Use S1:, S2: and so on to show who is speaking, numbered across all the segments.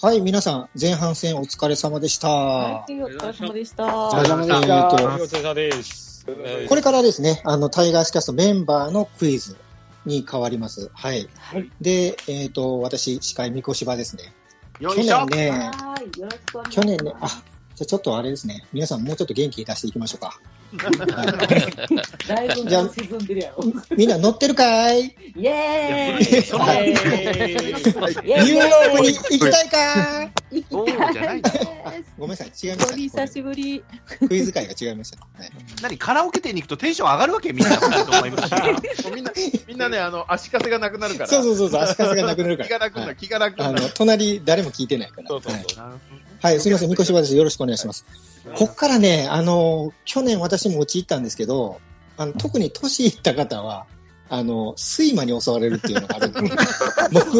S1: はい、皆さん、前半戦お疲れ様でした。
S2: はい、お疲れ様でした。
S1: お疲れ様でし
S3: お
S1: た
S3: 疲れ様です。
S1: これからですね、あの、タイガースキャストメンバーのクイズに変わります。はい。
S2: はい
S1: で、えっ、と、私、司会、三越場ですね。
S4: よ
S1: 去
S4: いしょ
S1: 年ね、
S2: はい、よろしくお願いします。
S1: 去年ね、あ、じゃあちょっとあれですね、皆さんもうちょっと元気出していきましょうか。
S2: だいぶ
S1: じゃあ
S2: 沈んでるやろ。
S1: みんな乗ってるかい
S2: イエーイ。
S4: その
S2: イエーイイエ
S1: ニュ
S2: ーイ
S1: ーヨークに行きたいかい
S2: 行き
S4: お
S2: た
S4: ー
S2: い
S4: じゃない
S2: です。
S1: ごめんなさい、違いま
S2: より
S1: し
S2: 久
S1: た。
S2: しぶり。
S1: クイズ会が違いました。はい
S4: 何カラオケ店に行くとテンション上がるわけみんなと思いました。
S3: みんな、みんなね、あの、足かせがなくなるから。
S1: そうそうそうそう、足かせがなくなるか
S3: 気が
S1: ら。
S3: 楽になる、気が楽
S1: はいあ
S3: にな
S1: の
S3: る。、
S1: 隣、誰も聞いてないから。
S3: そうそう
S1: はい
S3: そう。
S1: はい、すみません、みこしばです。よろしくお願いします。
S3: はい
S1: こっからね、あの、去年私も陥ったんですけど、あの特に年いった方は、あの、睡魔に襲われるっていうのがあるんで、 僕、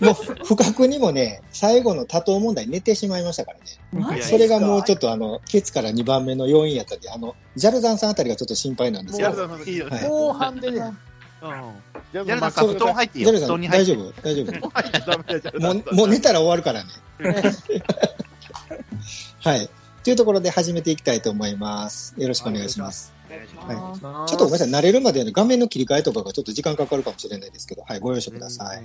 S1: もう、不覚にもね、最後の多頭問題寝てしまいましたからね。
S2: マジですか
S1: それがもうちょっとあの、ケツから2番目の要因やったんで、あの、ジャルダンさんあたりがちょっと心配なんですけ
S3: や
S1: ど
S3: る、ぞ
S4: いいよ
S1: はい
S3: 後半でね、
S4: うん
S3: ジャ
S4: やるな
S3: 任
S4: ん
S3: せと
S4: か布
S3: いて
S4: 団入っていい
S1: ジャル
S4: よ。布
S1: さ
S4: 団
S1: ん、
S4: に入
S1: 大
S4: って
S1: 丈
S4: いい
S1: 夫大丈夫
S3: はいダメだジャルダ
S1: も
S3: ン
S1: う、もう寝たら終わるからね。はい。というところで始めていきたいと思います。よろしくお願いします。
S2: は
S1: ちょっとごめんなさい、慣れるまでの画面の切り替えとかがちょっと時間かかるかもしれないですけど、はい、ご容赦ください。。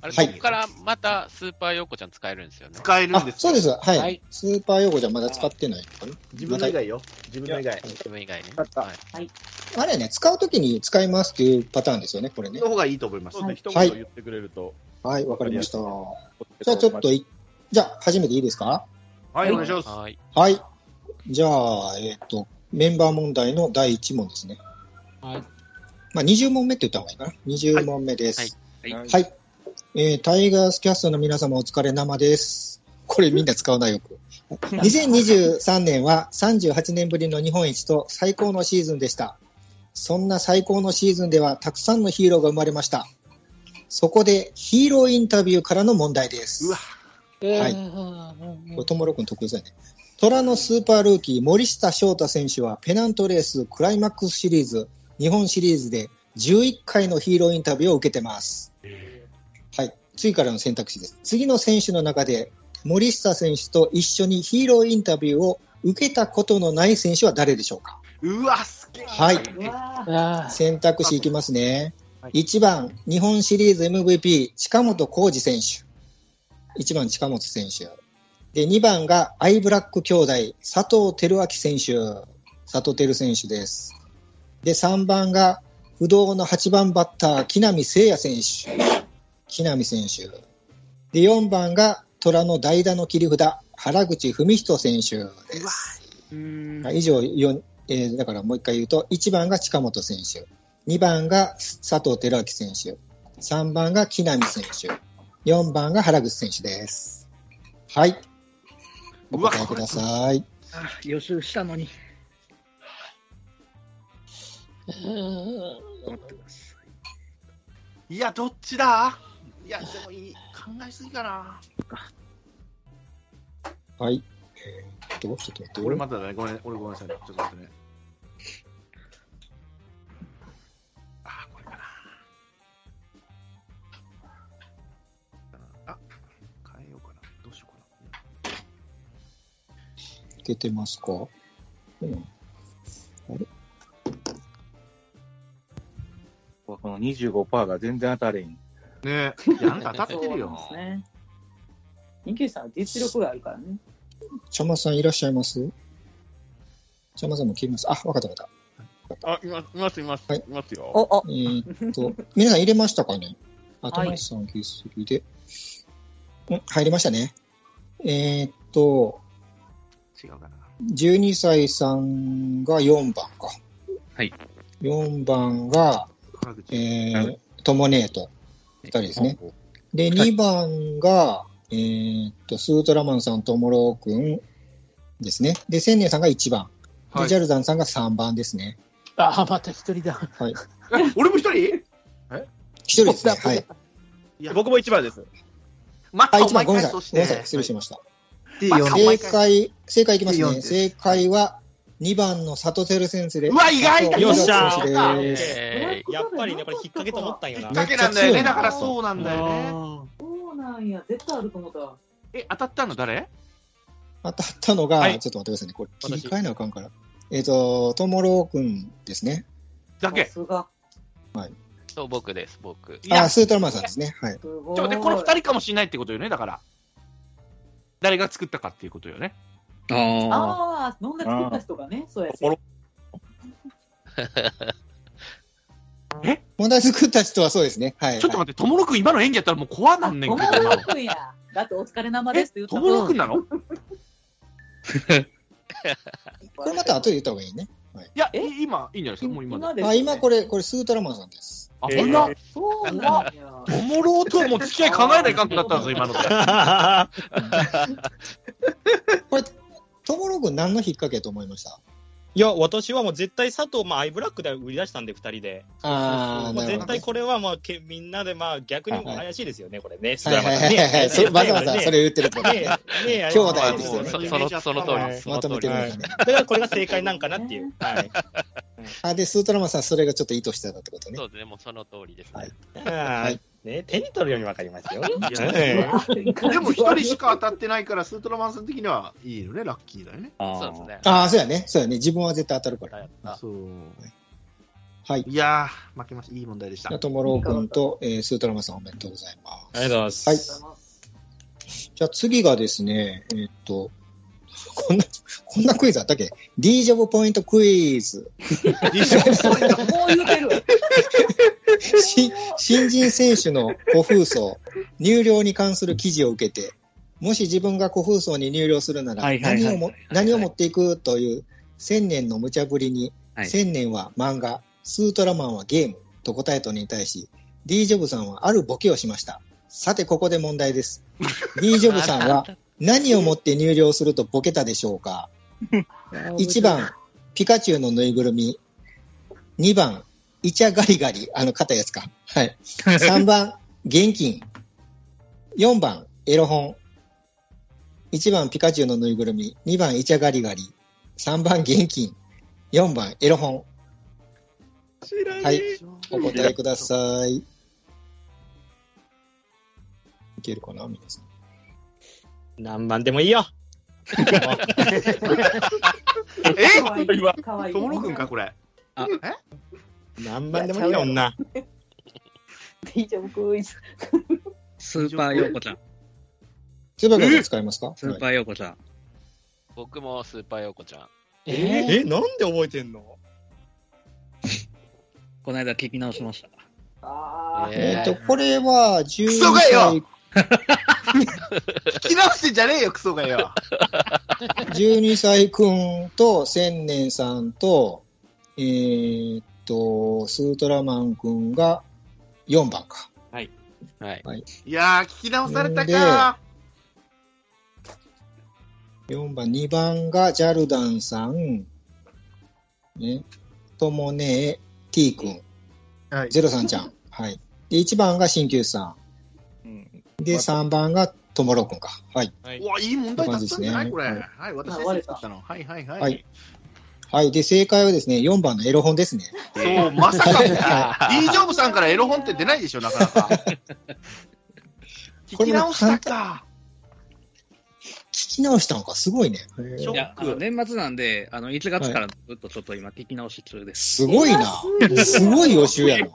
S5: あれ、
S1: はい
S5: ここからまたスーパーヨーコちゃん使えるんですよね。
S4: 使えるん
S1: あ
S4: で、す
S1: そう
S4: よ。
S1: です。はい。
S5: はい
S1: スーパー用語じゃまだ使ってないのかな
S3: 自分の以外よ。自分の以外。
S5: 自分以外ね。
S3: 使った
S5: はい
S1: あれね、使うときに使いますっていうパターンですよね、これね
S4: の。方がいいと思います
S3: そう。ね、一
S1: は
S3: 言
S1: い
S3: 言ってくれると。
S1: はい、わかりました。じ
S3: じ
S1: ゃあちょっとい、じゃあ始めていいですか
S4: はい、お願いします。
S5: はい。
S1: はい。じゃあ、えっ、と、メンバー問題の第1問ですね。
S5: はい。
S1: まあ、20問目って言った方がいいかな。20問目です。
S5: はいは
S1: はい。えータイガースキャストの皆様お疲れ生です。これみんな使わないよ。これ2023年は38年ぶりの日本一と最高のシーズンでした。そんな最高のシーズンではたくさんのヒーローが生まれました。そこでヒーローインタビューからの問題です。
S4: うわ
S1: はい。これ、ともろくん得意ですよね。虎のスーパールーキー、森下翔太選手はペナントレースクライマックスシリーズ、日本シリーズで11回のヒーローインタビューを受けてます。はい。次からの選択肢です。次の選手の中で、森下選手と一緒にヒーローインタビューを受けたことのない選手は誰でしょうか
S4: うわ、すげえ。
S1: はい。
S2: うわー
S1: 選択肢いきますね。
S4: はい
S1: 1番、日本シリーズ MVP、近本浩二選手。1番、近本選手。で、2番が、アイブラック兄弟、佐藤輝明選手。佐藤輝選手です。で、3番が、不動の8番バッター、木浪聖也選手。木浪選手。で、4番が、虎の代打の切り札、原口文人選手です。はい以上よ、えーだからもう一回言うと、1番が近本選手、2番が佐藤輝明選手、3番が木浪選手、4番が原口選手です。はい。お
S4: うわ
S1: 答えください。
S6: 予習したのに。
S4: いや、どっちだいや、でもいい。考えすぎかな。
S1: はい。えーっと、ちょっと待ってよ。
S4: 俺まだだね。ごめん、俺ごめんなさいね。ちょっと待ってね。あー、これかな。あ、変えようかな。どうしようか
S1: いけてますかうん
S7: この25%が全然当たれん。
S4: な。ねえ。いや、あんた当たってる
S2: そう
S4: よ
S2: なんで。すね。人気さんは実力があるからね。
S1: ちゃまさんいらっしゃいますちゃまさんも聞きます。あ、わかったわかった。
S3: あ、います、います、います、いますよ。
S2: おお。
S1: えーっと、皆さん入れましたかねあ、とまさん欠席で。うん、入りましたね。えーっと、
S4: 違うかな。
S1: 12歳さんが4番か。
S7: はい。
S1: 4番が、
S4: 原口。
S1: え
S7: は
S1: ー、トモネーと2人ですね。で、
S7: はい
S1: 2番が、えーっと、スートラマンさん、トモローくんですね。で、千年さんが1番。で、
S4: はい
S1: ジャルダンさんが3番ですね。
S6: ああ、また一人だ。
S4: え 俺も一人い
S1: 一人ですね。はい。
S4: や、僕、
S3: 僕も一番です。
S4: ま
S1: あ、
S4: た
S1: 1番、ごめんなさい。
S4: 回そ
S1: ご
S4: し
S1: めん
S4: て
S1: なさい。失礼しました。
S4: またお
S1: 正
S4: 前回
S1: 解、正解いきます
S4: 四
S1: ね。
S4: です
S1: 正解は、2番のサトテル先生で
S4: う。わ、意外だ
S3: よっしゃ
S1: 佐藤輝明選手です
S5: え
S3: やっぱりね、これ引っ掛けと思ったんよ
S4: 引っ
S3: な。
S4: 掛けなんだよ
S1: めっち
S4: ね。
S1: ゃ強い
S4: だからそうなんだよね。
S2: そうなんや、絶対あると思った。
S4: え、当たったの誰
S1: 当たったのが、
S4: はい
S1: ちょっと待ってくださいね。これ、切り
S4: 私
S1: 替えなあかんから。えっ、と、ともろくんですね。
S4: だけ。
S2: すが。
S5: そう、僕です、僕。
S4: いや、
S1: あ、
S4: ち
S1: スートラマンさんですね。はい。
S2: すごい。
S4: ょっと待って、この二人かもしれないってことよね、だから。誰が作ったかっていうことよね。
S7: ああ。
S2: ああ、飲んが作った人がね、そうやし。
S1: 問題作った人はそうですね。はい。
S4: ちょっと
S1: はい
S4: 待って、ともろくん今の演技やったらもう怖なんねん
S2: お
S4: け
S2: も
S4: ど。
S2: ろくんや。だってお疲れ様で
S4: え、
S2: すって言っ
S4: と
S2: た
S4: もろくん
S2: ん。
S4: なの
S1: これまた後で言った方がいいね。
S4: いや、
S2: え
S4: い今、いいんじゃないですか、もう今で。
S2: ですよ
S1: あ、
S2: ね
S1: 今これ、これスートラマンさんです。
S4: あ、
S3: え
S4: ほんな
S3: ー
S2: そうなんや。
S4: ともろうとはもう付き合い考えないかんくなったんですよ、今ので。
S1: ともろくん何の引っ掛けと思いました
S8: いや、私はもう絶対佐藤、まあ、アイブラックで売り出したんで、二人で。
S1: あー、
S8: もう
S1: なるほ
S8: 絶
S1: どね
S8: 対。これは、まあ、けみんなで、まあ、逆に
S1: はいはい
S8: 怪しいですよね、これね。
S1: はいはいはい はいそ。わざわざそれ言ってるってことね。
S8: ねえ、ねえ、
S1: 兄弟
S8: あれ
S1: です
S5: も
S1: よ
S5: う
S1: ね
S5: そそのその通りです。そ
S1: ま
S5: の
S1: と
S5: 通
S1: め
S5: り
S1: てるん
S5: で。
S1: ですすね。
S8: だからこれが正解なんかなっていう。はい。
S1: あ、で、スートラマンさん、それがちょっと意図してたってことね
S5: そ。うですね、もうその通りです
S1: は
S5: ね
S1: い。
S8: はい。ね手に取るようにわかりますよ。
S4: でも一人しか当たってないから、スートラマンさん的にはいいよね、ラッキーだよね。
S7: あ
S5: そうですね。
S1: ああ、そうやね。そうやね。自分は絶対当たるから。あ
S4: そう。
S1: はい。
S4: いやー、負けました。いい問題でした
S1: じゃあ、。ともろくんと、えースートラマンさんおめでとうございます。
S8: ありがとうございます。
S1: はいじゃあ次がですね、えーっと、こんな、こんなクイズあったっけ ?D ジョブポイントクイズ。
S2: もう言うてるわ。
S1: し新人選手の古風層、入寮に関する記事を受けて、もし自分が古風層に入寮するなら
S6: はい、はいはい
S1: 何
S6: は
S1: を
S6: い
S1: も、何を持っていくという、千年の無茶ぶりに、
S7: はい
S1: 千年は漫画、スートラマンはゲームと答えたのに対し、D ジョブさんはあるボケをしました。さて、ここで問題です。D ジョブさんは、何を持って入寮するとボケたでしょうか ?1 番、ピカチュウのぬいぐるみ。2番、イチャガリガリ。あの、硬いやつか。はい。3番、現金。4番、エロ本。1番、ピカチュウのぬいぐるみ。2番、イチャガリガリ。3番、現金。4番、エロ本。はい。お答えください。いけるかな皆さん。
S8: 何番でもいいよ。
S4: え
S2: 可愛い可愛い
S4: ともろくんか、これ。
S8: 何番でもいいよ、女。
S2: いいじゃん、僕、いつ
S6: スーパーヨーコちゃん。
S1: つばか使いますか
S6: スーパーヨーコちゃん。
S5: 僕もスーパーヨーコちゃん。
S8: え、なんで覚えてんの
S6: この間聞き直しました。
S2: あー
S5: え
S1: えっ、と、これは、12
S4: ソがよ
S1: 歳、
S4: 聞き直してんじゃねえよ、クソがよ。
S1: 12歳くんと、千年さんと、えーっと、スートラマンくんが4番か。
S5: はい。
S4: いやー、聞き直されたか。
S1: 4番、2番がジャルダンさん、ね、ともねえ、T くん、
S4: はい
S1: ゼロさんちゃん。はい。で、1番が新旧さ
S7: うん。。
S1: ん。で、3番がともろくんか。はい。
S4: うわ、いい問題だったんじゃない
S1: こ
S4: こ
S1: ん
S4: れ。
S1: な
S4: は
S1: 感じです
S4: い、私が作ったの。はいはい
S1: は
S4: はいい。
S1: はい。で、正解はですね、4番のエロ本ですね。
S4: そう、まさか、
S1: は
S4: D ジョブさんからエロ本って出ないでしょ、なかなか。聞き直したか。
S1: 聞き直したのか、すごいね。へー
S4: ショ
S6: いや、あ
S4: ッ
S6: の
S4: ク。
S6: 年末なんで、あの、1月からずっとちょっと今聞き直し中です。
S1: すごいな。すごい予習やな。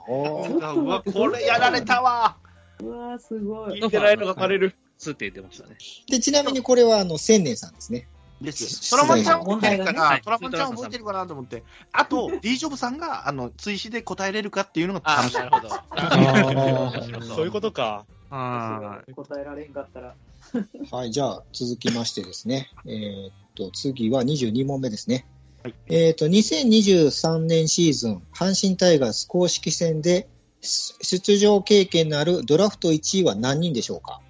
S4: うわ、これやられたわ。
S2: うわー、すごい。
S8: 聞いてないのが枯れる。
S6: スーって言ってましたね。
S1: で、ちなみにこれは、あの、千年さんですね。
S4: です。トラマンちゃん覚えてるか
S6: は
S4: な、
S6: い
S4: トラマンちゃん覚えてるかなと思って。あと、D ジョブさんが、あの、追試で答えれるかっていうのが
S5: あ
S4: 楽し
S5: ー、
S4: い
S5: なる。ほど。
S1: あ
S5: 面白そう
S8: そういうことか。
S4: あー
S2: 答えられんかったら。
S1: はい、じゃあ、続きましてですね。えーっと、次は22問目ですね。
S4: はい
S1: えーっと、2023年シーズン、阪神タイガース公式戦で、出出場経験のあるドラフト1位は何人でしょうか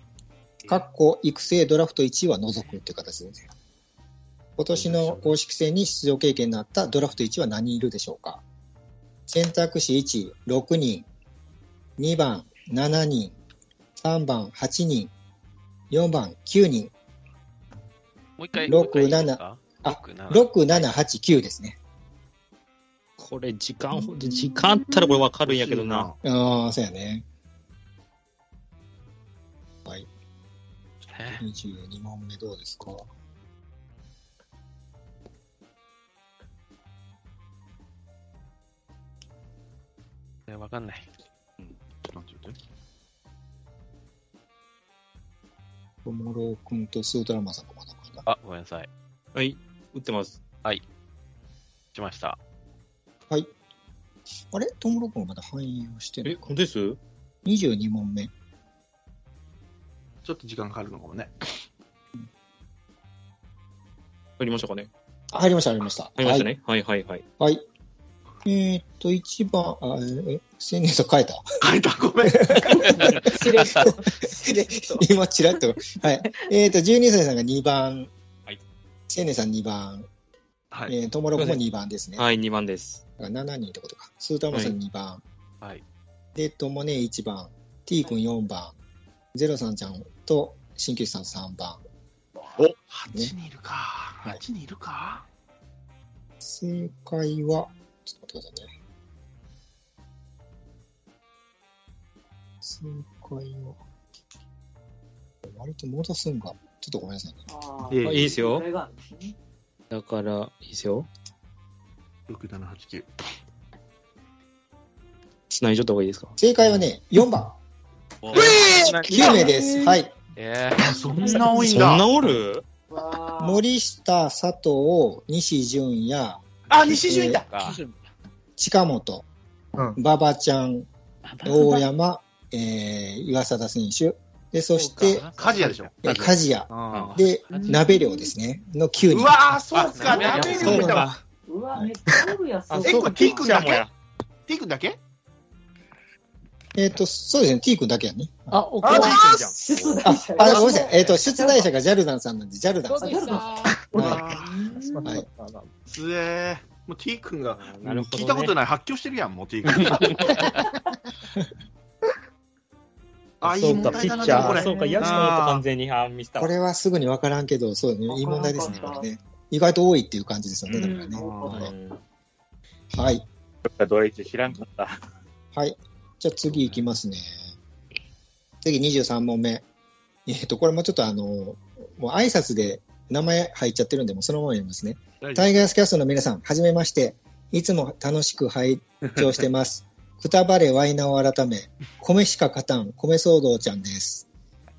S1: かっこ育成ドラフト1位は除くという形ですね。今年の公式戦に出場経験のあったドラフト1位は何人いるでしょうか選択肢1、6人。2番、7人。3番、8人。4番、9人。
S5: もう一回。
S1: 六
S5: もう一回いいですか
S1: あ
S5: 六七
S1: 6、7、8、9ですね。
S8: これ、時間、時間あったらこれわかるんやけどな。。
S1: ああ、そうやね。
S5: え
S1: 22問目どうですか
S5: いやわかんない。
S4: ちょっと待って
S1: 小室君とスートラマンさんがまだかな。
S5: あ、ごめんなさい。
S8: はい、打ってます。
S5: しま した。
S1: あれトムロ君はまだ反映をしてな
S8: え
S1: い、。
S8: 本当です
S1: 22問目。
S4: ちょっと時間かかるのかもね。
S8: 入りましたかね
S1: あ入りました、入りました。
S8: 入りましたね。はいはいはい。
S1: はい。はい。えーっと、一番、あ、え、千年さん変 えた
S4: 書いた、ごめん。
S2: しれっと。しれっと。
S1: 今、ちらっと。はい。えーっと、12歳さんが2番。
S8: はい。
S1: 千年さん2番。
S4: はい。
S1: えー、トムロ君も2番ですね。
S8: はい、2番です。
S1: だから7人ってことか。スータマさん2番。
S5: はい。
S1: で、ともね1番。T 君4番。ゼロさんちゃんと新旧さん3番。
S4: 8人いるか。
S1: はい
S4: 8人いるか。
S1: 正解は、ちょっと待ってくださいね。正解は、割と戻すんが、ちょっとごめんなさいね。
S2: あ
S4: え
S2: ー
S4: え
S8: あいいですよ
S2: こ。れがあるんですね
S8: だから、いいですよ。
S4: 6、7、8、9。
S8: 繋いじゃった方がいいですか
S1: 正解はね、4番。9名です。はい。
S5: え
S4: あ、そんな多いん
S8: そんな
S4: だ。
S8: おる
S2: わー
S1: 森下、佐藤、西純也、
S4: あ、西純い
S5: ー、
S4: た。
S5: か。
S1: 近本、
S4: うん
S1: 馬場ちゃん、大山、えー、岩貞選手、で、そして、
S4: 鍛冶屋でしょ。
S1: えー梶谷、
S4: あ
S1: で、
S2: うん
S1: 鍋量ですね、の9
S4: ーう
S1: 人。
S4: わー、そうか。
S5: あ
S4: ダメ
S1: そう
S4: ー
S1: な
S4: ジ
S1: ん
S4: だ。
S2: うわ、めっちゃおるやん、
S4: え、
S2: そ
S4: これ T 君だ
S8: も
S4: け
S8: や
S4: ?T 君だけ
S1: えっ、と、そうですね、T 君だけやね。
S6: あ、お
S4: あ
S6: じいちゃんじゃん。
S2: 出
S1: あ
S2: 題者、
S1: あごめんなさい。えっ、と、出題者がジャルダンさんなんで、ジャルダンさん。
S2: でした
S1: は
S4: あ
S1: はい
S4: ーつえー。もう T 君が、
S8: なるほどね
S4: 聞いたことない。発狂してるやん、もう T 君。あ、いい
S8: そう
S4: 問
S8: か、
S4: 題
S8: ピ
S4: だな、
S8: ッ
S4: で
S8: チャ
S4: もこ
S8: ー。
S4: れ。
S8: そうか、野手の
S4: あー
S8: 完全に、あーミスった
S1: い。こ
S8: わ。
S1: れはすぐに分からんけど、そうですね、いい問題ですね、
S2: わからん
S1: こ
S2: かった
S1: れね。意外と多いっていう感じですよね、だ
S2: う
S1: か
S2: ん
S1: らね。
S8: う
S1: はい。
S8: ん
S1: はい。
S7: ドライチ知らんかった。
S1: はい。じゃあ次いきますね。次23問目。えっ、と、これもちょっとあの、もう挨拶で名前入っちゃってるんで、もうそのまま読みますね。
S4: 大丈夫
S1: タイガースキャストの皆さん、はじめまして。いつも楽しく拝聴してます。くたばれワイナを改め、米しか勝たん、米騒動ちゃんです。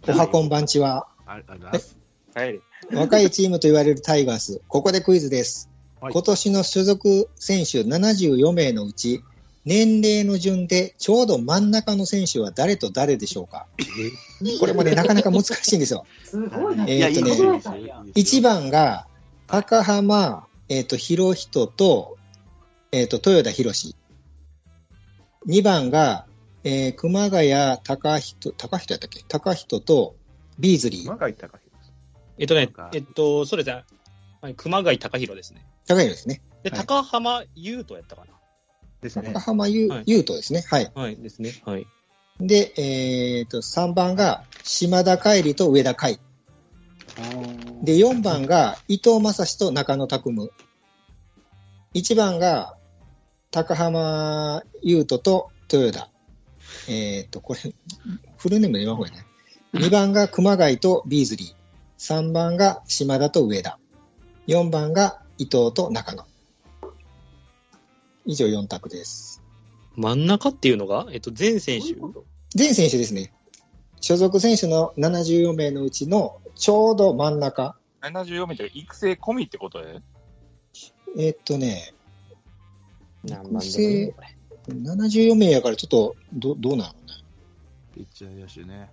S1: おはこんばんちは。
S4: ありがとうございます。
S7: 帰れ。
S1: 若いチームと言われるタイガース、ここでクイズです。
S4: はい
S1: 今年の所属選手74名のうち、年齢の順でちょうど真ん中の選手は誰と誰でしょうかこれもね、なかなか難しいんですよ。
S2: すごいな。
S1: えーとね
S2: いやいい答えやん
S1: 1番が、高浜、えっ、と、博人と、えっ、と、豊田博士。2番が、えー熊谷、高人、高人やったっけ高人と、ビーズリー。
S7: 熊谷隆
S8: えっとね
S4: そうか、
S8: えっと、そうですね。はい熊谷隆弘ですね。
S1: 高いですね。
S8: で、
S1: はい
S8: 高浜優斗やったか
S7: ですね
S1: 高。浜優
S8: はい
S1: 優斗ですね。はい。
S8: な。はい、ですね。はい。
S1: で、えっ、と、3番が、島田海里と上田海。で、4番が、伊藤正史と中野拓夢。1番が、高浜優斗と豊田。えっ、と、これ、フルネームで言わんほうがいいね。2番が、熊谷とビーズリー。3番が、島田と上田。4番が、伊藤と中野。以上4択です。
S8: 真ん中っていうのが、えっと、全選手。
S1: 全選手ですね。所属選手の74名のうちのちょうど真ん中。
S7: 74名というか育成込みってことで。
S1: えーっとね、
S8: 何番でもいいのこれ
S1: 74名やからちょっとどどうなのね。
S4: ピッチャー野手ね。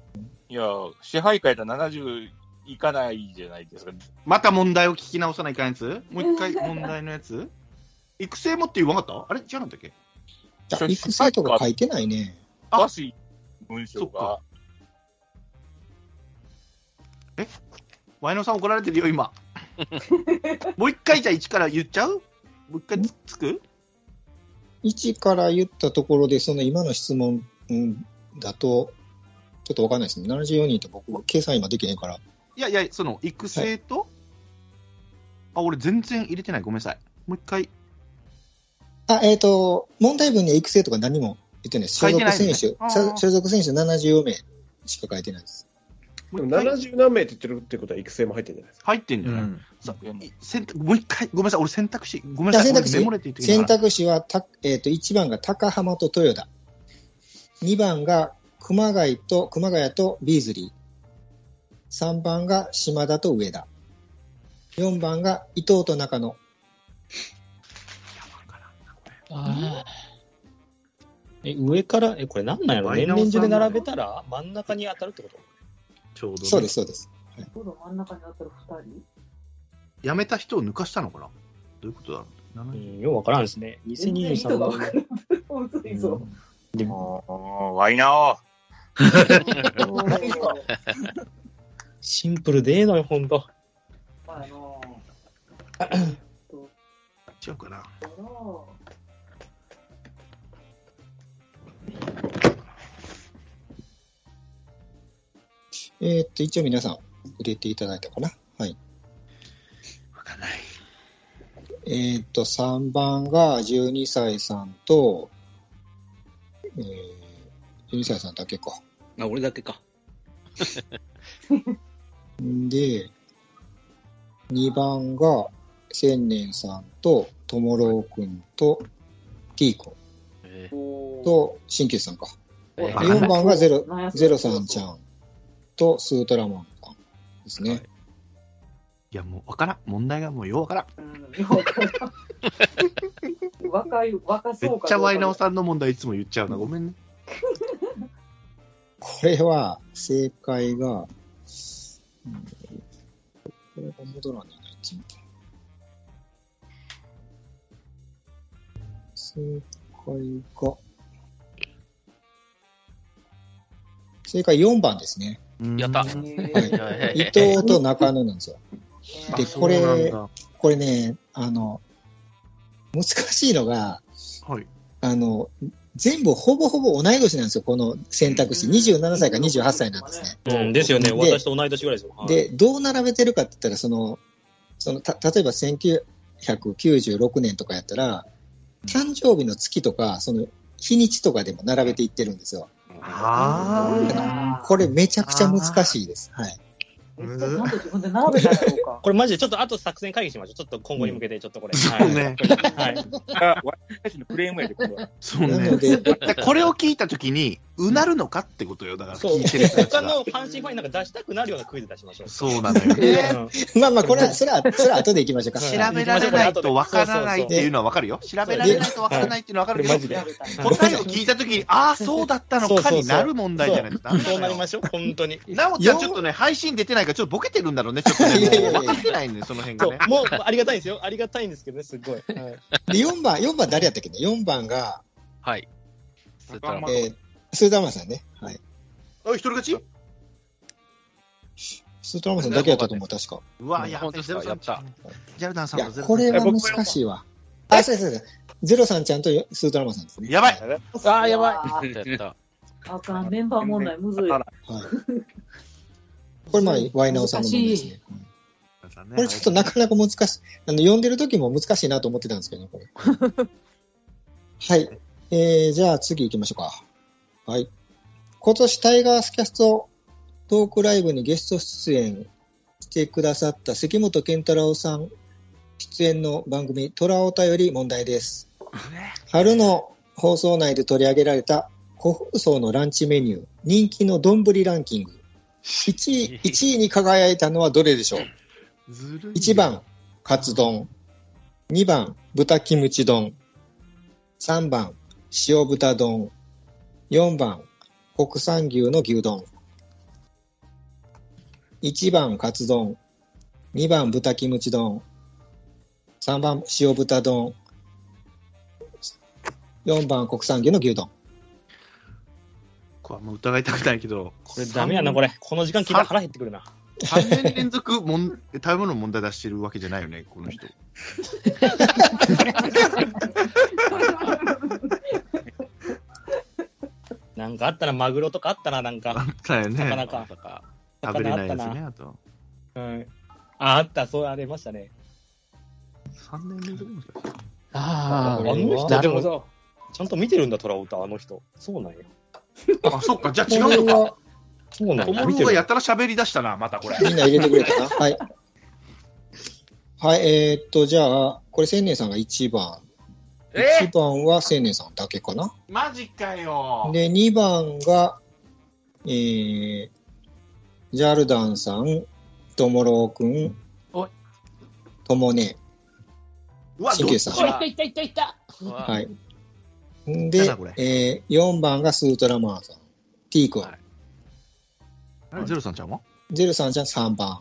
S7: いや、支配下やったら70いかないじゃないですか。
S4: また問題を聞き直さないかんやつもう一回問題のやつ育成もって言わなかったあれ違うんだっけ
S1: あ育成とか書いてないね。
S4: あ
S7: 詳しい文章が。
S4: ワイノさん怒られてる よ、今。もう一回じゃあ1から言っちゃうもう一回つつく
S1: 1から言ったところで、その今の質問うんだと、ちょっとわかんないですね。74人って僕は計算今できないから。
S4: いやいや、その、育成と、あ、俺全然入れてない。ごめんなさい。もう一回。
S1: あ、えーっ、と、問題文には育成とか何も言ってないです。所
S4: 書いて
S1: 属
S4: ないの
S1: 選
S4: ね
S1: 手、
S4: あー
S1: 所所属選手74名しか書いてないです。
S9: で
S4: も
S9: も
S4: う一回
S9: 70何名って言ってるってことは育成も入ってるんじゃないですか。
S4: 入ってんじゃない、さ選択もう一回、ごめんなさい、俺選択肢、ごめんなさい、
S1: 選択肢
S4: 俺メモれて言って
S1: 選択肢はた、えー、と1番が高浜と豊田2番が熊谷と熊谷とビーズリー3番が島田と上田4番が伊藤と中野
S8: あーえ、上から、え、これなんなんやろ年々順で並べたら真ん中に当たるってこと
S4: ちょうど、
S1: そうです。そうです
S2: 今度真ん中に当たる二人
S4: 辞めた人を抜かしたのかなどういうことだろう
S8: う
S4: 70
S8: ん、ようわからんですね。
S2: 全然意図
S8: 2023
S2: が
S8: の
S2: 分からん。むずいぞ。
S8: で
S7: おーワイナー。
S2: もう
S8: シンプルでええのよ、ほんと。
S2: まああの
S4: 違うかな
S2: ーあの
S1: えーっと一応皆さん入れていただいたかなはい
S4: わかんない。
S1: えーっと3番が12歳さんと、えー、12歳さんだけか
S6: あ、俺だけか。
S1: で、2番が千年さんと、ともろうくんと、T 君
S5: え
S2: ーおー
S1: と、新旧さんか。
S5: ーえ
S1: で
S4: わ
S5: ー
S4: かんない
S1: 4番がゼロ
S2: なんやそれ
S1: ゼロさんちゃんと、スートラマンさんですね。
S4: いや、もうわからん。問題がもうようわからん。
S2: うんよくわからん若い、若
S4: めっ
S2: そうかどうか。
S4: ちゃワイナオさんの問題いつも言っちゃうな。ごめんね。
S1: これは、正解が、うんこれが戻らないな、一番正解が、正解4番ですね。
S5: やった
S2: え
S5: ー
S2: ー。
S5: え
S1: 伊
S5: ー
S1: 藤と中野なんですよ。で、こ
S4: そうなん
S1: れ、
S4: だ
S1: これね、あの、難しいのが、
S4: はい。
S1: あの、全部ほぼほぼ同い年なんですよ、この選択肢。
S2: うん
S1: 27歳か28歳なんですね。
S8: うん、ですよね。
S1: で
S8: 私と同い年ぐらいですよ。はい、
S1: で、どう並べてるかって言ったら、その、その、た、例えば1996年とかやったら、誕生日の月とか、その、日にちとかでも並べていってるんですよ。
S4: あ
S1: これめちゃくちゃ難しいです。はい。
S2: めっちゃちゃんと自分で並べたやろうか。
S8: これマジでちょっとあと作戦会議しましょう。ちょっと今後に向けてちょっとこれ。
S4: そう
S8: はい
S4: ね。
S8: は
S7: あワイ
S8: い。
S7: ナーたちのクレームやで、これは。
S4: あ。そう
S1: なの
S4: ね。
S1: で、
S4: でこれを聞いたときに、うなるのかってことよ。だから
S8: そう
S4: 聞いてる人たち
S8: 他
S4: が。
S8: の阪神ファンになんか出したくなるようなクイズ出しましょう。
S4: そうなのよ。調
S8: うん
S1: まあまあ、これは、それは、それは後で行きましょうか。
S8: 知ら
S4: べられないとわからないっていうのはわかるよ。調べられないとわからないっていうのはわかるけど
S8: マジで
S2: 調べたいな
S4: 答えを聞いたときに、ああ、そうだったのかになる問題じゃないですか。
S8: そうなりましょう、本当に。
S4: なおちゃん、ちょっとね、配信出てないから、ちょっとボケてるんだろうね、ちょっと
S1: いやいやい
S4: ね。
S1: や
S4: 分かってないね、その辺が
S8: そう
S4: ね。
S8: もうありがたいんですよ。ありがたいんですけどね、すごい。はい
S1: で、4番、4番誰やったっけね ?4 番が、
S5: はい。そしたら
S7: まあ
S1: えー、スーダーマンさんね。はい。
S4: あ、一人勝ち
S1: スーダーマンさんだけやったと思う、確か。
S4: うわ、やっ
S5: 本
S4: べ、
S5: 当で
S4: ゼ
S5: す
S4: ロさ
S5: か
S4: んちゃん
S5: や。
S4: ジャルダンさ
S1: い
S4: ん
S1: や、
S4: もゼロ
S1: これ
S4: さんちゃ
S1: は
S4: ん
S1: 難しいわ。あ、そうです、そうです。ゼロさんちゃんとスートラマさんですね。
S4: やばい
S2: ああ、やばい。
S5: やった。
S2: あかん、メンバー問題むずい。
S1: これ、まあ、ワイナオさんのものですね。うんこれちょっとなかなか難しい。あの、読んでる時も難しいなと思ってたんですけどね、これ。はい。えー、じゃあ次行きましょうか。はい。今年タイガースキャストトークライブにゲスト出演してくださった関本健太郎さん出演の番組、虎オタより問題です。春の放送内で取り上げられた古風荘のランチメニュー、人気の丼ランキング。1位、1位に輝いたのはどれでしょう
S4: ずるい
S1: 1番、カツ丼。2番、豚キムチ丼。3番、塩豚丼。4番、国産牛の牛丼。1番、カツ丼。2番、豚キムチ丼。3番、塩豚丼。4番、国産牛の牛丼。
S4: これはもう疑いたくないけど、
S8: これダメやな、これ。この時間聞いたら腹減ってくるな。
S4: 3年連続もん食べ物の問題出してるわけじゃないよね、この人。
S8: なんかあったな、マグロとかあったな、なん
S4: あ
S8: か。
S4: ったよ
S8: 魚
S4: ね。
S8: か
S5: とか。
S4: 食べれないです
S8: 魚あった
S4: ね、あと。
S8: うん。あ、あった、そうありましたね。
S4: 3年連続も
S8: あ
S1: ー
S8: あの人、
S1: な
S8: で
S4: るほ
S8: も、ちゃんと見てるんだ、トラウタ、あの人。そうなんや。
S4: あ、そっか、じゃあ
S1: これは
S8: そうなん
S4: お
S8: だ。
S4: も
S8: 見
S4: ろ
S8: て
S4: が
S8: る
S4: やたら喋り出したな、またこれ。
S1: みんな入れてくれたな。はい。はい、えーっと、じゃあ、これ、千年さんが1番。
S4: え
S1: 1番は千年さんだけかな。
S4: マジかよ。
S1: で、2番が、えー、ジャルダンさん、ともろうくん
S4: おい、
S1: ともね。
S4: うわ、ど
S1: 神
S4: っ
S1: 経
S4: ち
S1: さん
S2: おいったいったいったいった。
S5: は
S1: はい。
S4: や
S1: で
S4: だこれ、
S1: えー、4番がスートラマンさん、T 君。
S4: はいゼロさんちゃんは
S1: ゼルさんじゃん3番。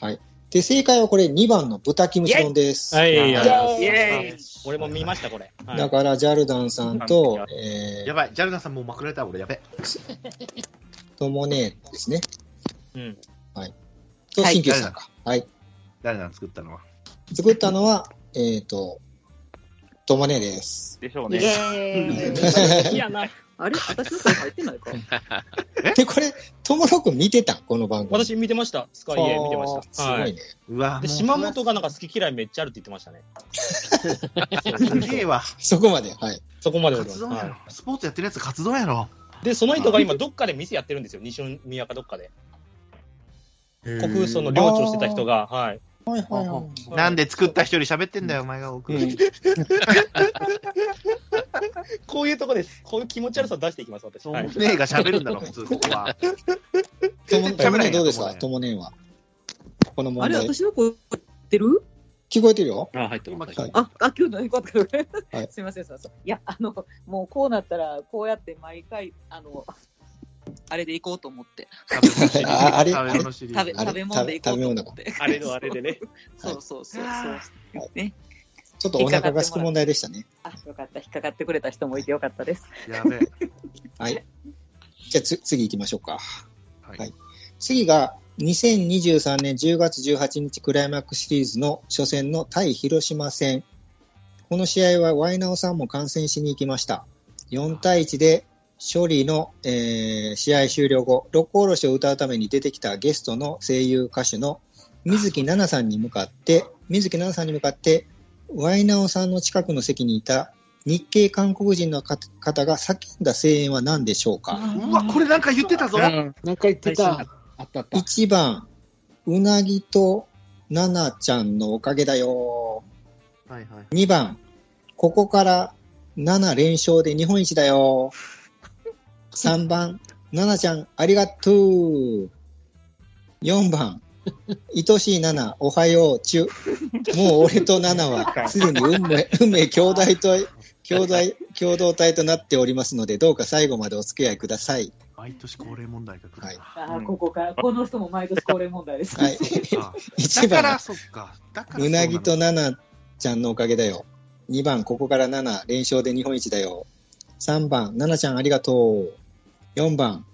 S1: はい。で、正解はこれ2番の豚キムチ丼です。
S8: はい、はいはいはい。
S2: イエーイ
S8: 俺も見ました、これ。はい
S1: だから、ジャルダンさんと、え
S4: やばい、ジャルナさんもうまくられた、俺、やべ。
S1: ー、ともねですね。
S8: うん。
S1: と、
S5: はい
S1: 新旧さんか。はい。
S4: 誰なん作ったのは。
S1: 作ったのは、えっ、ー、と、ともねです。
S5: でしょうね。
S2: イエーイ。
S8: いやな。
S2: あれ私の声入って ないか。
S1: で、これ、ともろくん見てたこの番組。
S8: 私見てました。スカイエー見てました。
S1: あーすご
S8: はいい。
S1: ね。
S4: うわ、
S8: で、島本がなんか好き嫌いめっちゃあるって言ってましたね。
S4: すげえわ。
S1: そこまで、はい。
S8: そこまででござ
S4: 活
S8: い
S4: 動
S8: ます
S4: やろ。スポーツやってるやつ活動やろ。
S8: はいで、その人が今どっかで店やってるんですよ。西宮かどっかで。国風その領地をしてた人が、はい。
S1: はいはい
S4: はなんで作った人より喋ってんだよ、お前が奥。
S8: こういうとこです。こういう気持ち悪さを出していきます、私。
S4: そう
S8: はい
S4: 思っ。てねえが喋るんだろ、普通、ここは。
S1: とも
S4: 喋らない
S1: ねどうですか
S4: 友ね
S1: ともねは。この
S2: あ
S1: 問
S2: れ
S1: 題。
S2: 私の声入ってる？
S1: 聞こえてるよ
S6: あ、入ってます。
S1: はい
S2: あ、あ、今日何かあったから、
S1: はい
S2: すみません、そうそう。いや、あの、もうこうなったら、こうやって毎回、あの、あれで行こうと思って、
S1: ああれ
S4: 食べ物シリーズ
S2: 食べ、
S1: あれ
S2: 食べ物で行こうと思って。
S6: あれのあれでね。
S2: そうそうそうそう。
S4: は
S2: ね、
S1: ちょっとお腹がすく問題でしたね。
S2: あ、よかった。引っかかってくれた人もいてよかったです。
S4: やべえ。
S1: はい。じゃあつ次行きましょうか。
S4: はい
S1: 次が2023年10月18日クライマックスシリーズの初戦の対広島戦。この試合はワイナオさんも観戦しに行きました。4対1で処理の、えー試合終了後、六甲おろしを歌うために出てきたゲストの声優歌手の水木奈々さんに向かって、水木奈々さんに向かって、ワイナオさんの近くの席にいた日系韓国人の方方が叫んだ声援は何でしょうか、
S4: うわ、これなんか言ってたぞ。
S10: なんか言っ
S6: 最
S10: て
S6: 新
S10: た。あったあった。
S1: 1番、うなぎとななちゃんのおかげだよ。
S4: はいはい。
S1: 2番、ここから7連勝で日本一 だよ。3番、ななちゃんありがとう。4番、愛しいなな、おはよう、ちゅ。もう俺とななはすでに運命、運命兄弟と、兄弟、共同体となっておりますので、どうか最後までお付き合いください。
S4: 毎年恒例問題が来るな。
S1: はい
S2: あー、ここから、この人も毎年恒例問題で す。
S1: はい。
S4: あ
S1: 1
S4: だか
S1: 番
S4: ら、そっか。だからそうの
S1: なぎとななちゃんのおかげだよ。2番、ここから7、連勝で日本一だよ。3番、ななちゃんありがとう。4番、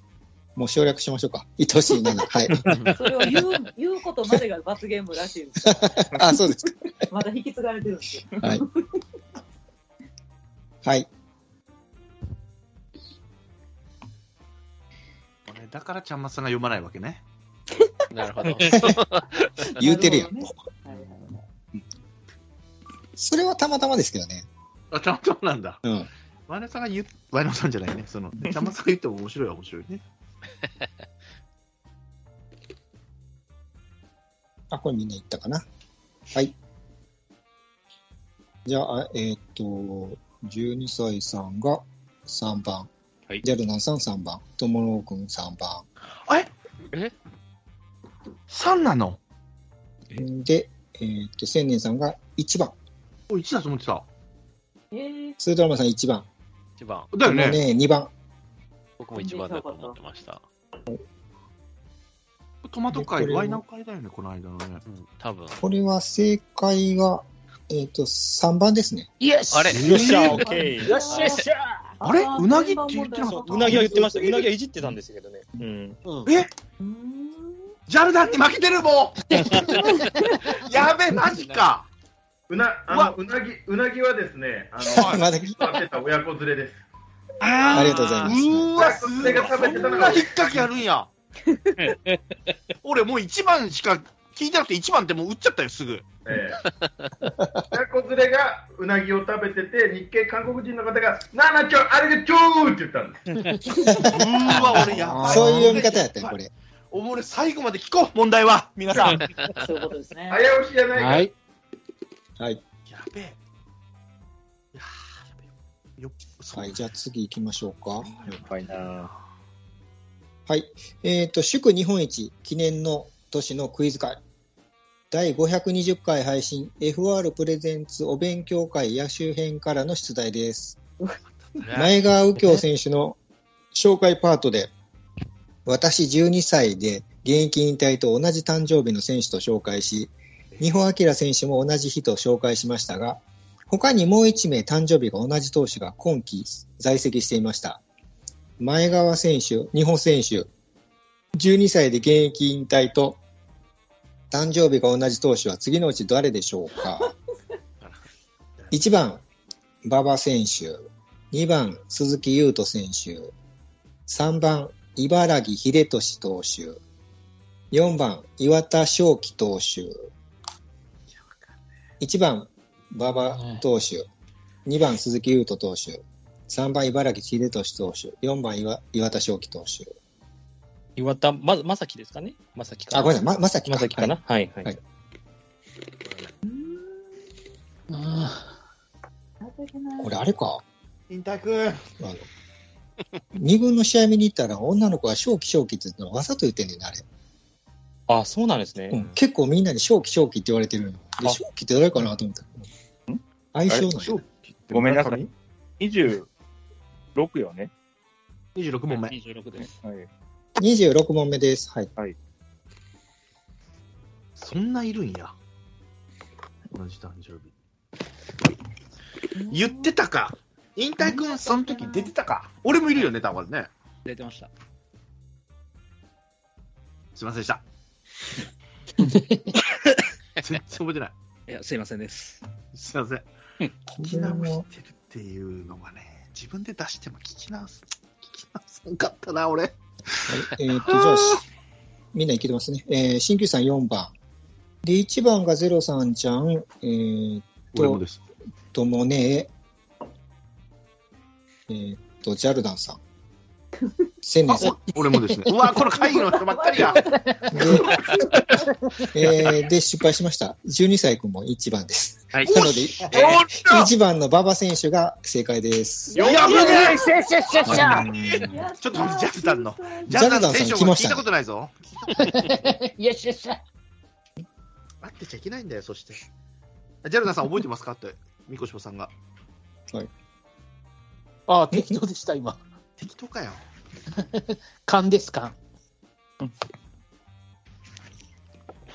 S1: もう省略しましょうか。愛しい なな。はい。
S2: それを言う、言うことまでが罰ゲームらしいです。
S1: あ、そうです
S2: まだ引き継がれてるんですよ。
S1: か。 はい。はい。
S4: これだからちゃんまつさんが読まないわけね。
S5: なるほど。
S1: 言うてるやん。
S2: なほどねはいはいはい
S1: それはたまたまですけどね。
S4: あ、ちゃんとなんだ。
S1: うん。
S4: ワイナさんが言う、ワイナさんじゃないね。その、ちゃんまつさんが言っても面白いは面白いね。
S1: あ、これみんな言ったかな。はい。じゃあ、えーっと、12歳さんが3番。
S6: はい
S1: ジャルナンさん3番。ともろうくん3番。
S4: 3なの
S1: で、えーっと、千年さんが1番、
S4: お、1だと思ってた。
S2: えー
S1: スードラマさん1番、
S5: 一番。
S4: だよね。
S1: ね2番、
S5: 僕も一番だと思ってました。
S4: トマト
S1: こ
S4: 会、
S1: れを
S4: ワイナ会だよね、この間のね。
S5: うん、多分。
S1: これは正解が、えーっと、3番ですね。
S5: あれ
S8: よっしゃ、オッケー。
S2: しよっし
S8: ゃ
S4: あれ
S2: あー
S4: うなぎって言ってなか
S8: そ
S4: っ
S8: う、
S4: た
S8: うなぎは言ってました。うなぎはいじってたんですけどね。うん。
S2: うーん
S4: ジャルダって負けてるも んやべ、マジか。
S11: うな、
S4: うわ
S11: あの、うなぎ、うなぎはですね、あの、
S1: まだ聞い
S11: 飼ってた親子連れです。
S4: あ
S1: ありがとうございます
S4: うーわ、すごい。
S11: 手が食べてた
S4: そ
S11: の
S4: ん
S11: が
S4: な引っかけあるんや。俺もう一番しか聞いてなくて1番ってもう打っちゃったよ、すぐ。
S11: え親子連れがうなぎを食べてて、日系韓国人の方が、なあなちょ、あれがちょーって言ったんです。
S4: うわ、俺やばい。
S1: そういう読み方やったよ、これ。
S4: おもれ、最後まで聞こう、問題は、皆さん。や
S2: そういうことですね。
S11: 早押しじゃないから。
S8: はい。
S4: べえ。いやーやべえよそう
S1: はい、じゃあ次行きましょうか。
S7: ぱいな
S1: はい。えっ、と、祝日本一記念の年のクイズ会。第520回配信 FR プレゼンツお勉強会野手編からの出題です。前川右京選手の紹介パートで、私12歳で現役引退と同じ誕生日の選手と紹介し、日本明選手も同じ日と紹介しましたが、他にもう1名誕生日が同じ投手が今季在籍していました。前川選手、日本選手、12歳で現役引退と、誕生日が同じ投手は次のうち誰でしょうか1番、馬場選手。2番、鈴木優斗選手。3番、茨城秀俊投手。4番、岩田正樹投手。1番、馬場投手。2番、鈴木優斗投手。3番、茨城秀俊投手。4番岩、岩田正樹投手。
S8: 岩田、ま、まさきですかねまさきかな。
S1: あ、ごめんなさい、ま、まさき
S8: まさきかな。はい、
S1: は
S8: はいい。あ
S1: はいこれあれか。
S4: 引退君。
S1: あの、二軍の試合見に行ったら、女の子が正気正気って言ったのわざと言ってんねんな、あれ。
S8: ーあ、そうなんですね。
S1: うん、結構みんなに正気正気って言われてるの。で、
S8: あ
S1: 正気って誰かなと思った。相性の
S9: 正気って
S7: ごめんなさ
S9: い。
S7: 26よね。
S4: 26問目。
S6: 26です。
S7: はい。
S1: 26問目です。はい。
S4: そんないるんや。同じ誕生日。言ってたか。引退君、その時出てたか。俺もいるよね、たぶんね。
S6: 出てました。
S4: すいませんで した。全然覚えてない。
S6: いや、すいませんです。
S4: すいません。聞き直してるっていうのがね、自分で出しても聞き直す、聞き直さんかったな、俺。。
S1: えーっと、じゃあ、しみんな生きてますね。えー、新旧さん4番。で、1番がゼロさんちゃん、えー、俺もですともねえ、えー、っと、ジャルダンさん。千年
S4: あ
S1: さん。、
S4: お俺もですね。うわ、この会議の人ばっかり や。
S1: えー、で、失敗しました。12歳くんも1番です。
S6: はい。
S1: なので、
S4: おっしゃ
S1: 1番の馬場選手が正解です。
S4: やばね
S2: や
S4: ちょっと待ってジャズダンの。
S1: ジ
S4: ジャ
S1: ャ
S4: ズダ
S1: ル
S4: ン
S1: ダ
S4: の
S1: ンさ
S4: テン
S1: ん
S4: シ
S1: 来
S4: ョンが
S1: ました
S4: 聞いた
S1: ね
S4: こ。とないぞ。
S2: よしよし。
S4: 待ってちゃいけないんだよ、そして。ジャルダンさん覚えてますかって、みこしょさんが。
S1: あ、適当でした、今。
S4: 適当かよ。
S8: 勘です、勘。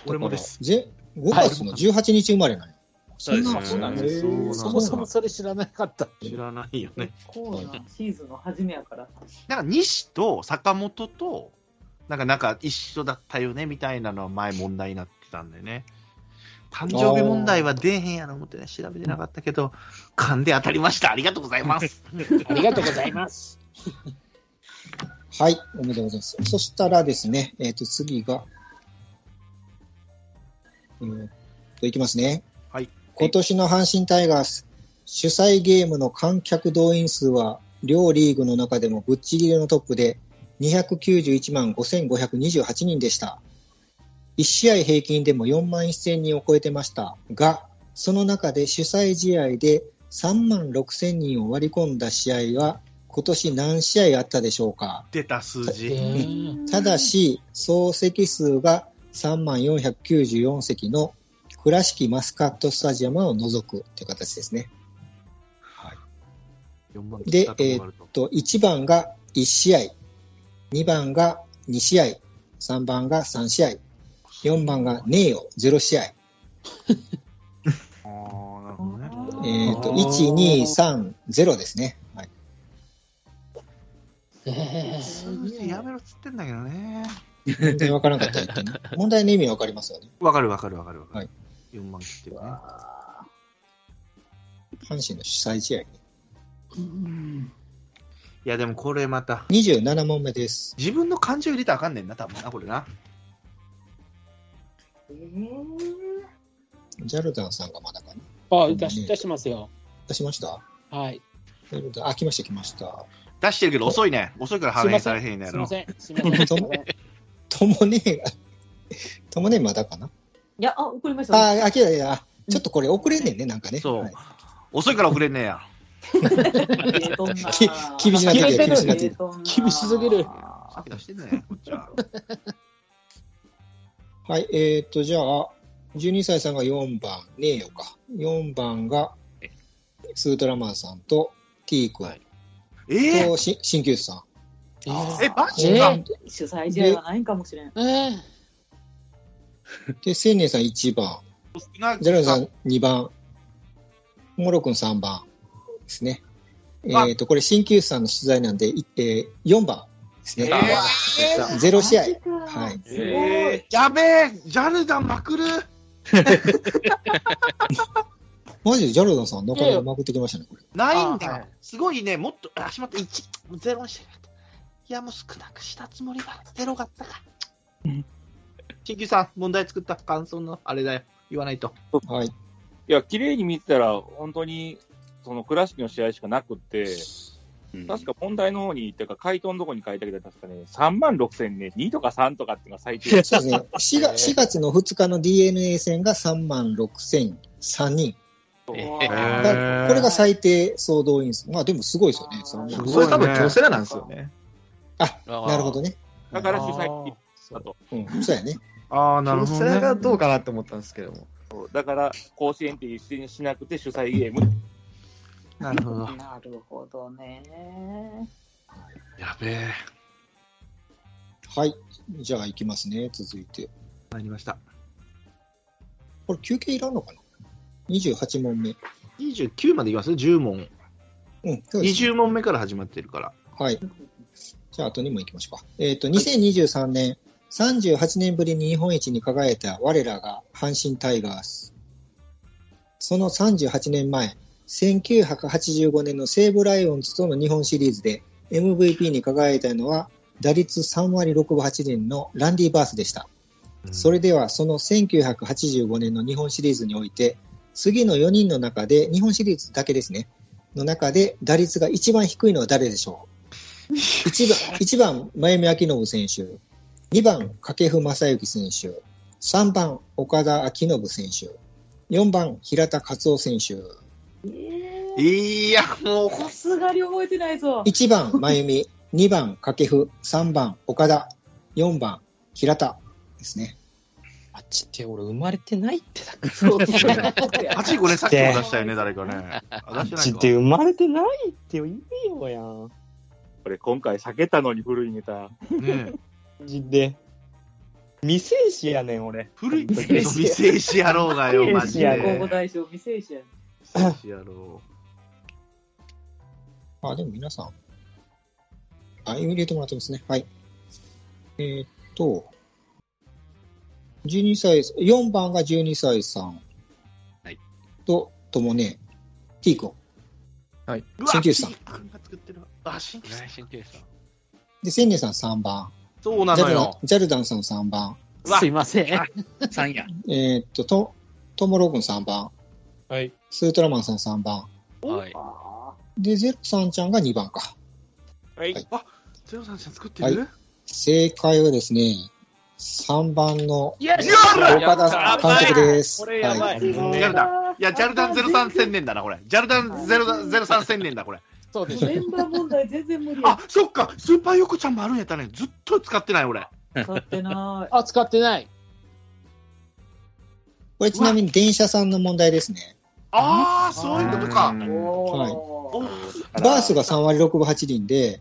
S4: 俺もです。
S1: 5月の18日生まれなんよ。
S6: そうですね
S1: そんな
S6: うん
S1: ん
S4: へーそもそも
S8: それ知らなかった。
S4: 知らないよね。
S2: コーナーシーズンの初めやから。
S4: なんか西と坂本と、なんかなんか一緒だったよねみたいなのは前問題になってたんでね。誕生日問題は出えへんやろ思ってね、調べてなかったけど、勘で当たりました。ありがとうございます。
S8: ありがとうございます。
S1: はい、おめでとうございます。そしたらですね、えっ、と、次が、えーと、いきますね。
S4: はい。
S1: 今年の阪神タイガース、主催ゲームの観客動員数は、両リーグの中でもぶっちぎりのトップで、291万5528人でした。1試合平均でも4万1000人を超えてましたが、その中で主催試合で3万6000人を割り込んだ試合は、今年何試合あったでしょうか
S4: 出た数字。
S1: ただし、総席数が3万494席の倉敷マスカットスタジアムを除くという形ですね。
S4: 4万
S1: で
S4: だったとこがあると
S1: と1番が1試合、2番が2試合、3番が3試合、4番がねえよ0試合。
S4: あーなるほどね
S1: えー、と、1、2、3、0ですね。はい、
S4: 数字やめろっつってんだけどね。
S1: 全然わからなかったら言ってね、問題の意味わかりますよね。
S4: わかるわかるわかるわか
S1: は
S4: る
S1: い。
S4: 4万切ってるね。
S1: 阪神の主催試合。
S4: いやでもこれまた、
S1: 27問目です。
S4: 自分の感情入れたらあかんねんな、多分な、これな。
S1: ジャルダンさんがまだかな。
S10: あ、出し出してますよ。
S1: 出しました
S10: はい。
S1: ジャルダンあ、来ました、来ました。
S4: 出してるけど遅いね。遅いから反映されへんねや
S10: すみ
S4: ろ
S10: ま。せん。すみません。すみません
S1: ともね えが、ともねえまだかな。
S2: いや、あ、送りました。
S1: あ、あ、きらいや、ちょっとこれ遅れんねんね、なんかね。
S4: そう。遅いから遅れんねや。
S1: き厳しなってきた、厳しなってきた。
S10: 厳しすぎる。
S4: さっき出してんねこっちは。
S1: はい、えー、っと、じゃあ、12歳さんが4番、ねえよか。4番が、スートラマンさんと T 君。
S4: え
S1: と、し鍼灸師さん。
S4: え、マ
S2: 主催試合はないんかもしれん。
S1: で、千年さん1番。ジャルさん2番。モロ君3番ですね。えっ、と、これ、鍼灸師さんの取材なんで、いえー、4番ですね。ゼロ試合。はい。
S4: えーやべえジャルダンまくる
S1: マジでジャルダンさん、なかなかまくってきましたね、これ。
S4: ないんだ。すごいね。もっと、あ、しまった。1、0にしてなかった。いや、もう少なくしたつもりが、ゼロがあったか。新旧さん、問題作った感想のあれだよ。言わないと。
S1: はい。
S7: いや、綺麗に見てたら、本当に、その倉敷の試合しかなくって、確か問題の方に、っていうか、回答のとこに書いてあげたら、確かね、3万6千ね、2とか3とかっていうのが最低
S1: そうですね。4月 ,4 月の2日の DNA 戦が3万6003人。だからこれが最低総動員数。まあでもすごいですよね。3万
S12: それ多分女性なんですよね。
S1: あ、なるほどね。
S7: だから主催だと。
S1: うん、そうやね。
S12: ああ、
S7: なるほどね
S12: 女性がどうかなって思ったんですけども。
S7: そうだから、甲子園って一斉にしなくて主催ゲーム。
S4: なるほど。
S2: なるほどね。
S4: やべえ。
S1: はい。じゃあ行きますね。続いて。
S4: 参りました。
S1: これ休憩いらんのかな ?28 問目。
S4: 29までいきます ?10 問。
S1: うん。
S4: 20問目から始まってるから。
S1: はい。じゃあ、あと2問いきましょうか。えっ、と、2023年、38年ぶりに日本一に輝いた我らが阪神タイガース。その38年前、1985年の西武ライオンズとの日本シリーズで MVP に輝いたのは、打率3割6分8厘のランディ・バースでした。それでは、その1985年の日本シリーズにおいて、次の4人の中で、日本シリーズだけですね、の中で打率が一番低いのは誰でしょう1番、一番、真弓明信選手。2番、掛布正幸選手。3番、岡田明信選手。4番、平田勝夫選手。
S4: いや、もう。
S2: さすがに覚えてないぞ。
S1: 1番、真弓。2番、掛布。3番、岡田。4番、平田。ですね。
S8: あっちって俺生まれてないってだから。
S4: 8、5年さっきも出したよね、誰かね。あ出
S8: あっ
S4: して
S8: ちっ
S4: ない
S8: て
S4: か。
S8: 生まれてないって言えよやん。
S7: これ、今回避けたのに古いネタ。
S4: ね
S8: で。未成子やねん、俺。
S4: 古い未成子野郎がよ、マジ
S2: 交互
S4: で。
S2: 大賞未成者。
S4: 未成子野郎。
S1: あ、でも皆さん。あ、入れてもらってますね。はい。えーっと、12歳、4番が12歳さん。
S4: はい。
S1: と、ともね、T 君。
S12: はい。
S1: 鍼灸師さん。
S4: あ、新規さん。
S1: で、千年さん3番。
S4: そうなのよ。
S1: ジャルダンジャルダンさん3番。
S6: すいません。3や。
S1: えーっと、と、トモロ君3番。
S6: はい。
S1: スートラマンさん3番。
S5: はい。
S1: で、ゼロさんちゃんが2番か。
S4: はい。あ、ゼロさんちゃん作って
S1: はい
S4: る。
S1: 正解はですね、3番の
S4: よし
S1: 岡田監督です。
S4: これやばい。ジ
S1: は
S4: ャルダン。いや、ジャルダン03千年だな、これ。ジャルダン03千年だ、これ。
S2: そうです。メンバー問題全然無理や。
S4: あ、そっか、スーパー横ちゃんもあるんやったね。ずっと使ってない、俺。
S2: 使ってない。
S10: あ、使ってない。
S1: これちなみに電車さんの問題ですね。
S4: ああ、そういうことか。
S1: はい。バースが3割6分8厘で、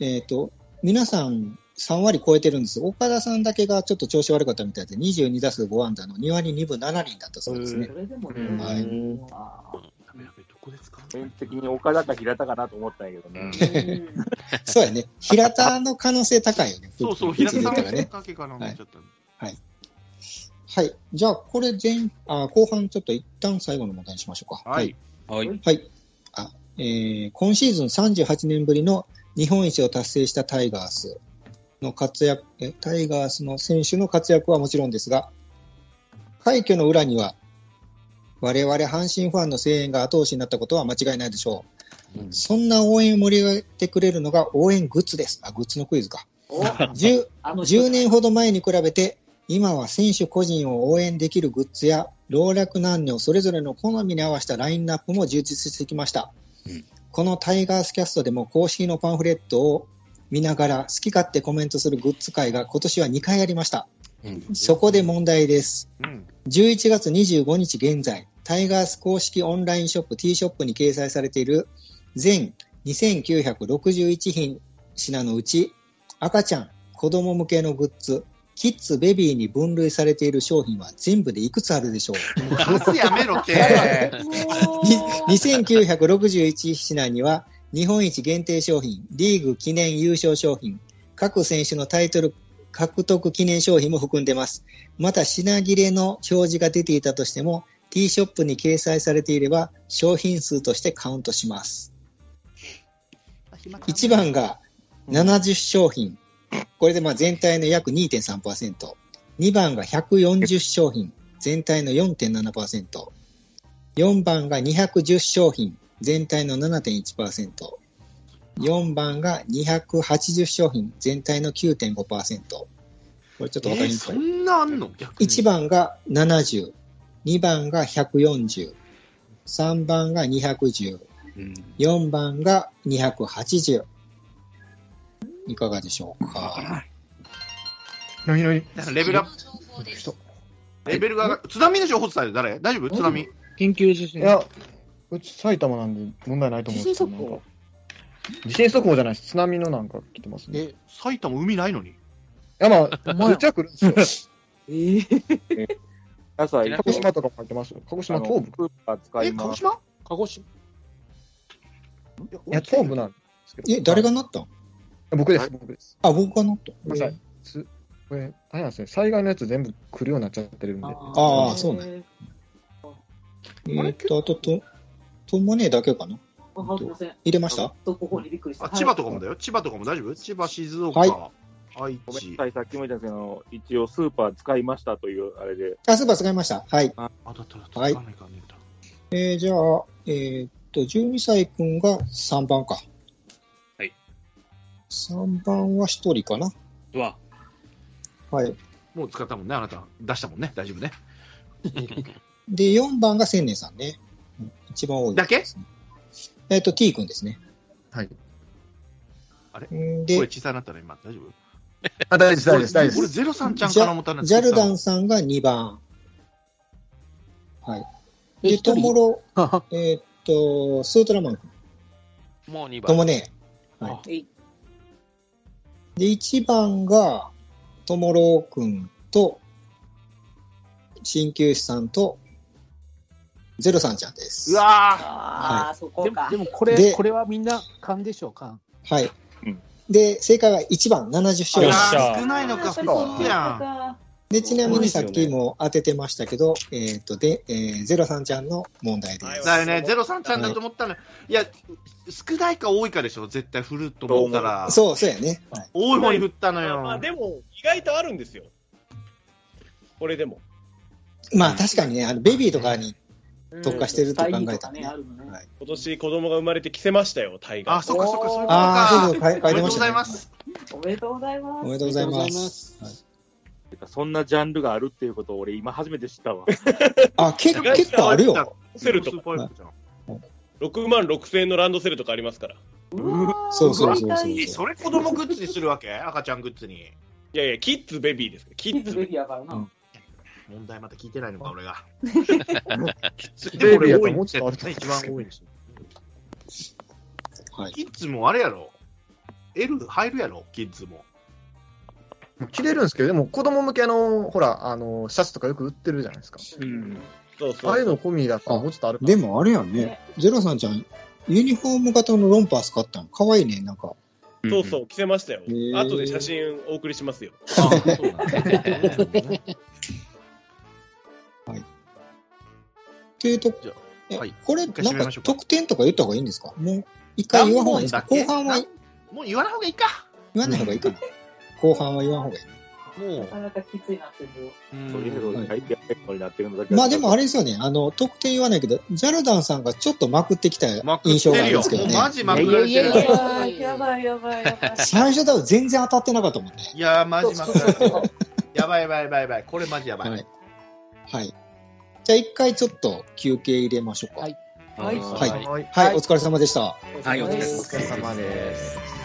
S1: えっ、と、皆さん3割超えてるんです。岡田さんだけがちょっと調子悪かったみたいで、22打数5安打の2割2分7厘だったそうですね。
S7: 面的に岡田か平田かなと思ったんやけどね。
S1: そうやね。平田の可能性高いよね。
S4: そうそう、
S1: 普
S4: 平
S1: 通
S4: 田
S1: に
S4: さ
S1: 言っ
S4: ん
S1: たらね。
S4: だけかな、
S1: は
S4: もう
S1: い
S4: ちょっと。
S1: はい。はい。じゃあ、これ前、あ後半ちょっと一旦最後の問題にしましょうか。
S4: はい。
S1: はい。はい。あえー今シーズン38年ぶりの日本一を達成したタイガースの活躍、えタイガースの選手の活躍はもちろんですが、快挙の裏には、我々阪神ファンの声援が後押しになったことは間違いないでしょう。そんな応援を盛り上げてくれるのが応援グッズです。あ、グッズのクイズか。10, 10年ほど前に比べて、今は選手個人を応援できるグッズや、老若男女それぞれの好みに合わせたラインナップも充実してきました。このタイガースキャストでも公式のパンフレットを見ながら好き勝手コメントするグッズ会が今年は2回ありました。そこで問題です。11月25日現在、タイガース公式オンラインショップ T ショップに掲載されている全2961品品のうち、赤ちゃん、子供向けのグッズ、キッズ、ベビーに分類されている商品は全部でいくつあるでしょう
S4: やめ ろって。
S1: 2961品には日本一限定商品リーグ記念優勝商品各選手のタイトル獲得記念商品も含んでますまた品切れの表示が出ていたとしても T ショップに掲載されていれば商品数としてカウントします1番が70商品これでまあ全体の約 2.3%2 番が140商品全体の4.7%、4番が210商品、全体の7.1%。4番が280商品、全体の9.5%。これちょっとわかりにくい。
S4: んなあんの
S1: 1番が70、2番が140、3番が210、4番が280。いかがでしょうか。
S12: 何何
S4: なんかレベルアップ。レベルが上がる津波でしょ、ホッツさん誰大丈夫津波。
S12: 緊急地震。いや、うち埼玉なんで問題ないと思うんですけど。なんか地震速報じゃないです。津波のなんか来てますね。い
S4: 埼玉海ないのに。
S12: や、まあ、めっちゃ来るんですよ。
S2: え
S12: え
S7: 鹿
S12: 鹿児島とかも入ってますよ。鹿児島東部。
S7: 部使います。
S4: 島
S12: 鹿児島いや、東部なんですけど。
S1: え、誰がなったん
S12: 僕です、僕です。
S1: あ、僕がなった。
S12: ごめんなさい。つこれ、大変なんですね。災害のやつ全部来るようになっちゃってるんで。
S1: ああ、そうね。えーっと、あと、と、とんぼねえだけかな。
S2: あすいません。
S1: 入れました
S2: とここにびっくりした。
S4: あ千葉とかもだよ。千葉とかも大丈夫千葉、静岡、愛
S7: ごめんなさい、さっきも言ったんですけど、一応スーパー使いましたというあれで。
S1: あ、スーパー使いました。はい。
S7: あ、
S4: だっただ
S1: はい。えー、じゃあ、えーっと、12歳くんが3番か。
S6: はい。
S1: 3番は1人かな。
S6: うわ、
S1: はい。
S4: もう使ったもんね、あなた。出したもんね、大丈夫ね。
S1: で、4番が千年さんね。うん一番多い、だけえーっと、t くんですね。
S12: はい。
S4: あれ
S1: で
S4: 声小さくなったら今、大丈夫
S12: あ、大丈夫です、大丈夫
S4: 俺
S12: です。
S4: ゼロさんちゃんからもたん
S1: ジャルダンさんが2番。はい。で、トモロ、えーっと、スートラマン君
S5: もう2
S1: とも
S5: 番。
S1: ね、はい。で、1番が、ともろくんと、鍼灸師さんと、ゼロさんちゃんです。
S5: うわ
S2: ああ、そこか。
S10: でもこれ、
S1: で
S10: これはみんな勘でしょう、勘。
S1: はい。で、正解は1番、70勝
S4: よ
S1: で
S4: っ
S1: す
S4: しゃ。少ないのか、そうや
S1: で、ちなみにさっきも当ててましたけど、えーっと、で、えー、ゼロさんちゃんの問題です。
S4: ん。だよね、ゼロさんちゃんだと思ったの。いや、少ないか多いかでしょ、絶対振ると思ったら。
S1: そう、そうやね。はい
S4: 多い方に振ったの
S13: まあ
S4: よ。
S13: でも、意外とあるんですよ。これでも。
S1: まあ確かにね、あのベビーとかに特化してると考えたらね。
S13: 今年子供が生まれて着せましたよ、タイガー。
S4: あ、そっかそっか、そういうこと
S1: ああ、
S4: か。
S1: そうそう、書い書いてましたね。
S4: す。
S2: おめでとうございま
S1: お
S2: す。
S1: めでとうござい
S10: おめ
S1: ま。
S10: でとうございます
S7: そんなジャンルがあるっていうことを俺今初めて知ったわ。
S1: あ、結構、結構あるよ。
S13: セルとか。6万6000円のランドセルとかありますから。
S1: そうそうそうそう。
S4: え、それ子供グッズにするわけ赤ちゃんグッズに。
S13: いやいや、キッズベビーですからキッズベビー
S2: やからな。
S4: 問題また聞いてないのか、俺が。
S12: ベビーやと
S4: 多い
S12: 思って
S4: 絶
S12: あると
S4: 対
S12: 思
S4: 一番多いんですよ。
S1: はい
S4: キッズもあれやろ ?L 入るやろキッズも。
S12: 着れるんですけど、でも子供向けの、ほら、あの、シャツとかよく売ってるじゃないですか。
S6: うん。
S13: そう
S12: ああいうの込みだったらもうちょっとあるか
S1: でもあれやね、ゼロさんちゃん、ユニフォーム型のロンパース買ったの。かわいいね、なんか。
S13: そうそう、着せましたよ。
S1: ー
S13: 後で写真お送りしますよ。
S1: っていうと、えこれ、
S4: 回締め
S1: なん
S4: ま
S1: か
S4: しょうか
S1: 得点とか言った方がいいんですかもう、一回言わん方がいいですか
S4: 何
S1: 後
S4: 本
S1: 半
S4: だ
S1: は
S4: っけもう言わない方がいいか。
S1: 言わない方がいいかな。後半は言わん方がいい。
S2: なかなかきついなって るよ。
S7: トリフルに入ってやってるのになってるのだけ
S1: まあでもあれですよね、あの、得点言わないけど、ジャルダンさんがちょっとまくってきた印象があるんですけどね。
S4: もうマジまくられてる
S1: いやいやいや
S2: やばいやばいやばい。
S1: 最初だと全然当たってなかったもんね。
S4: いやー、マジまくられてる。やばいやばいやばいやばい。これマジやばい。
S1: はい。はい。じゃあ一回ちょっと休憩入れましょうか。はい。
S2: はい
S1: はい。はい、お疲れ様でした。
S6: はいお疲れ様です
S14: お疲れ様です。